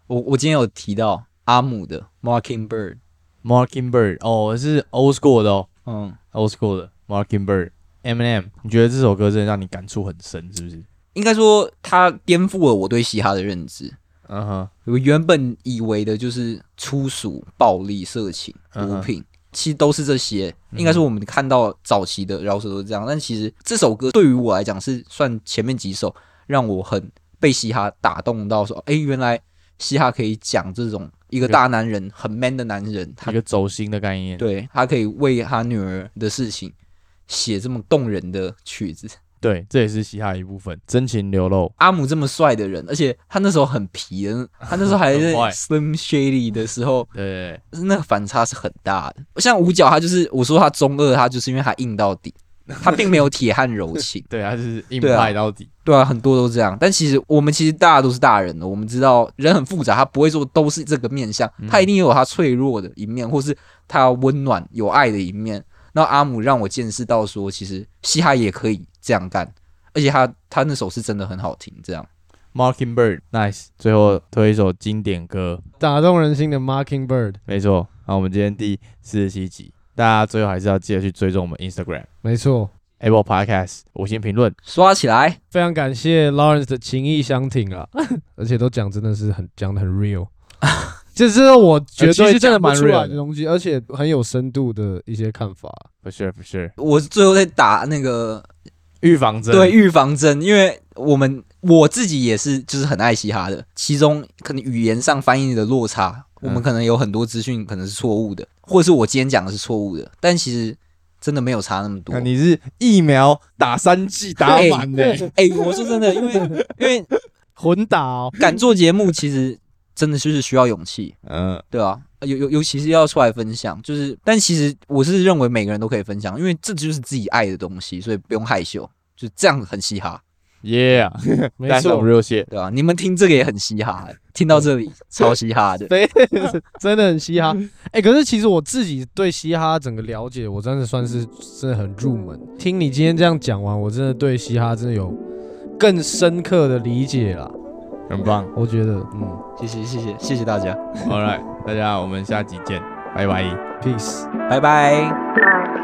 [SPEAKER 2] 我我今天有提到阿姆的 Mockingbird，
[SPEAKER 1] Mockingbird 哦，是 old school 的哦
[SPEAKER 2] 嗯，
[SPEAKER 1] ，old school 的 Mockingbird。Eminem，你觉得这首歌真的让你感触很深，是不是？
[SPEAKER 2] 应该说他颠覆了我对嘻哈的认知。
[SPEAKER 1] 嗯哼，
[SPEAKER 2] 我原本以为的就是粗俗、暴力、色情、
[SPEAKER 1] 嗯哼
[SPEAKER 2] 毒品，其实都是这些。应该是我们看到早期的饶舌都是这样，但其实这首歌对于我来讲是算前面几首让我很被嘻哈打动到说，哎、原来嘻哈可以讲这种一个大男人很 man 的男人，他
[SPEAKER 1] 一个走心的概念。
[SPEAKER 2] 对他可以为他女儿的事情写这么动人的曲子。
[SPEAKER 1] 对，这也是嘻哈的一部分，真情流露。
[SPEAKER 2] 阿姆这么帅的人，而且他那时候很皮的，他那时候还是
[SPEAKER 1] 很坏
[SPEAKER 2] Slim Shady 的时候，
[SPEAKER 1] 对，。
[SPEAKER 2] 那个反差是很大的。像五角，他就是我说他中二，他就是因为他硬到底，他并没有铁汉柔情
[SPEAKER 1] 对，他就是硬
[SPEAKER 2] 对啊
[SPEAKER 1] 派到底。
[SPEAKER 2] 对啊，很多都这样。但其实我们其实大家都是大人了，我们知道人很复杂，他不会说都是这个面相，他一定有他脆弱的一面，或是他温暖有爱的一面。那阿姆让我见识到说，其实嘻哈也可以这样干，而且他他那首是真的很好听。这样
[SPEAKER 1] Mockingbird，nice。最后推一首经典歌，
[SPEAKER 3] 打动人心的 Mockingbird，
[SPEAKER 1] 没错。那我们今天第四十七集，大家最后还是要记得去追踪我们 Instagram、
[SPEAKER 3] 没错，
[SPEAKER 1] Apple Podcast 五星评论。
[SPEAKER 2] 刷起来，
[SPEAKER 3] 非常感谢 Lawrence 的情意相 挺啊，而且都讲真的是很讲的很 real，这是我绝
[SPEAKER 1] 呃其实
[SPEAKER 3] 对
[SPEAKER 1] 真的
[SPEAKER 3] 讲不
[SPEAKER 1] 蛮
[SPEAKER 3] 出来
[SPEAKER 1] real
[SPEAKER 3] 的
[SPEAKER 1] 的
[SPEAKER 3] 东西，而且很有深度的一些看法。啊
[SPEAKER 1] 不是不是，
[SPEAKER 2] 我最后再打那个
[SPEAKER 1] 预防针。
[SPEAKER 2] 对，预防针，因为我们我自己也是，就是很爱嘻哈的，其中可能语言上翻译的落差，我
[SPEAKER 1] 嗯
[SPEAKER 2] 们可能有很多资讯可能是错误的，或者是我今天讲的是错误的，但其实真的没有差那么多
[SPEAKER 1] 那。你是疫苗打三剂打满呢、
[SPEAKER 2] 哎、我说真的，因为 因为
[SPEAKER 3] 混打哦，
[SPEAKER 2] 敢做节目，其实真的就是需要勇气，
[SPEAKER 1] 嗯，
[SPEAKER 2] 对吧、啊？尤尤尤其是要出来分享，就是，但其实我是认为每个人都可以分享，因为这就是自己爱的东西，所以不用害羞，就这样很嘻哈。
[SPEAKER 1] 耶、yeah,，
[SPEAKER 3] 没
[SPEAKER 1] 带上
[SPEAKER 3] 错，
[SPEAKER 1] 热血，
[SPEAKER 2] 对啊，你们听这个也很嘻哈、听到这里超嘻哈的。
[SPEAKER 3] 非真的很嘻哈。哎、可是其实我自己对嘻哈整个了解，我真的算是真的很入门。听你今天这样讲完，我真的对嘻哈真的有更深刻的理解啦。
[SPEAKER 1] 很棒。
[SPEAKER 3] 我觉得，嗯
[SPEAKER 2] 谢谢谢谢谢谢大家，
[SPEAKER 1] All right，大家，我们下集见，拜拜。
[SPEAKER 3] ，peace。
[SPEAKER 2] 拜拜。
[SPEAKER 4] Mark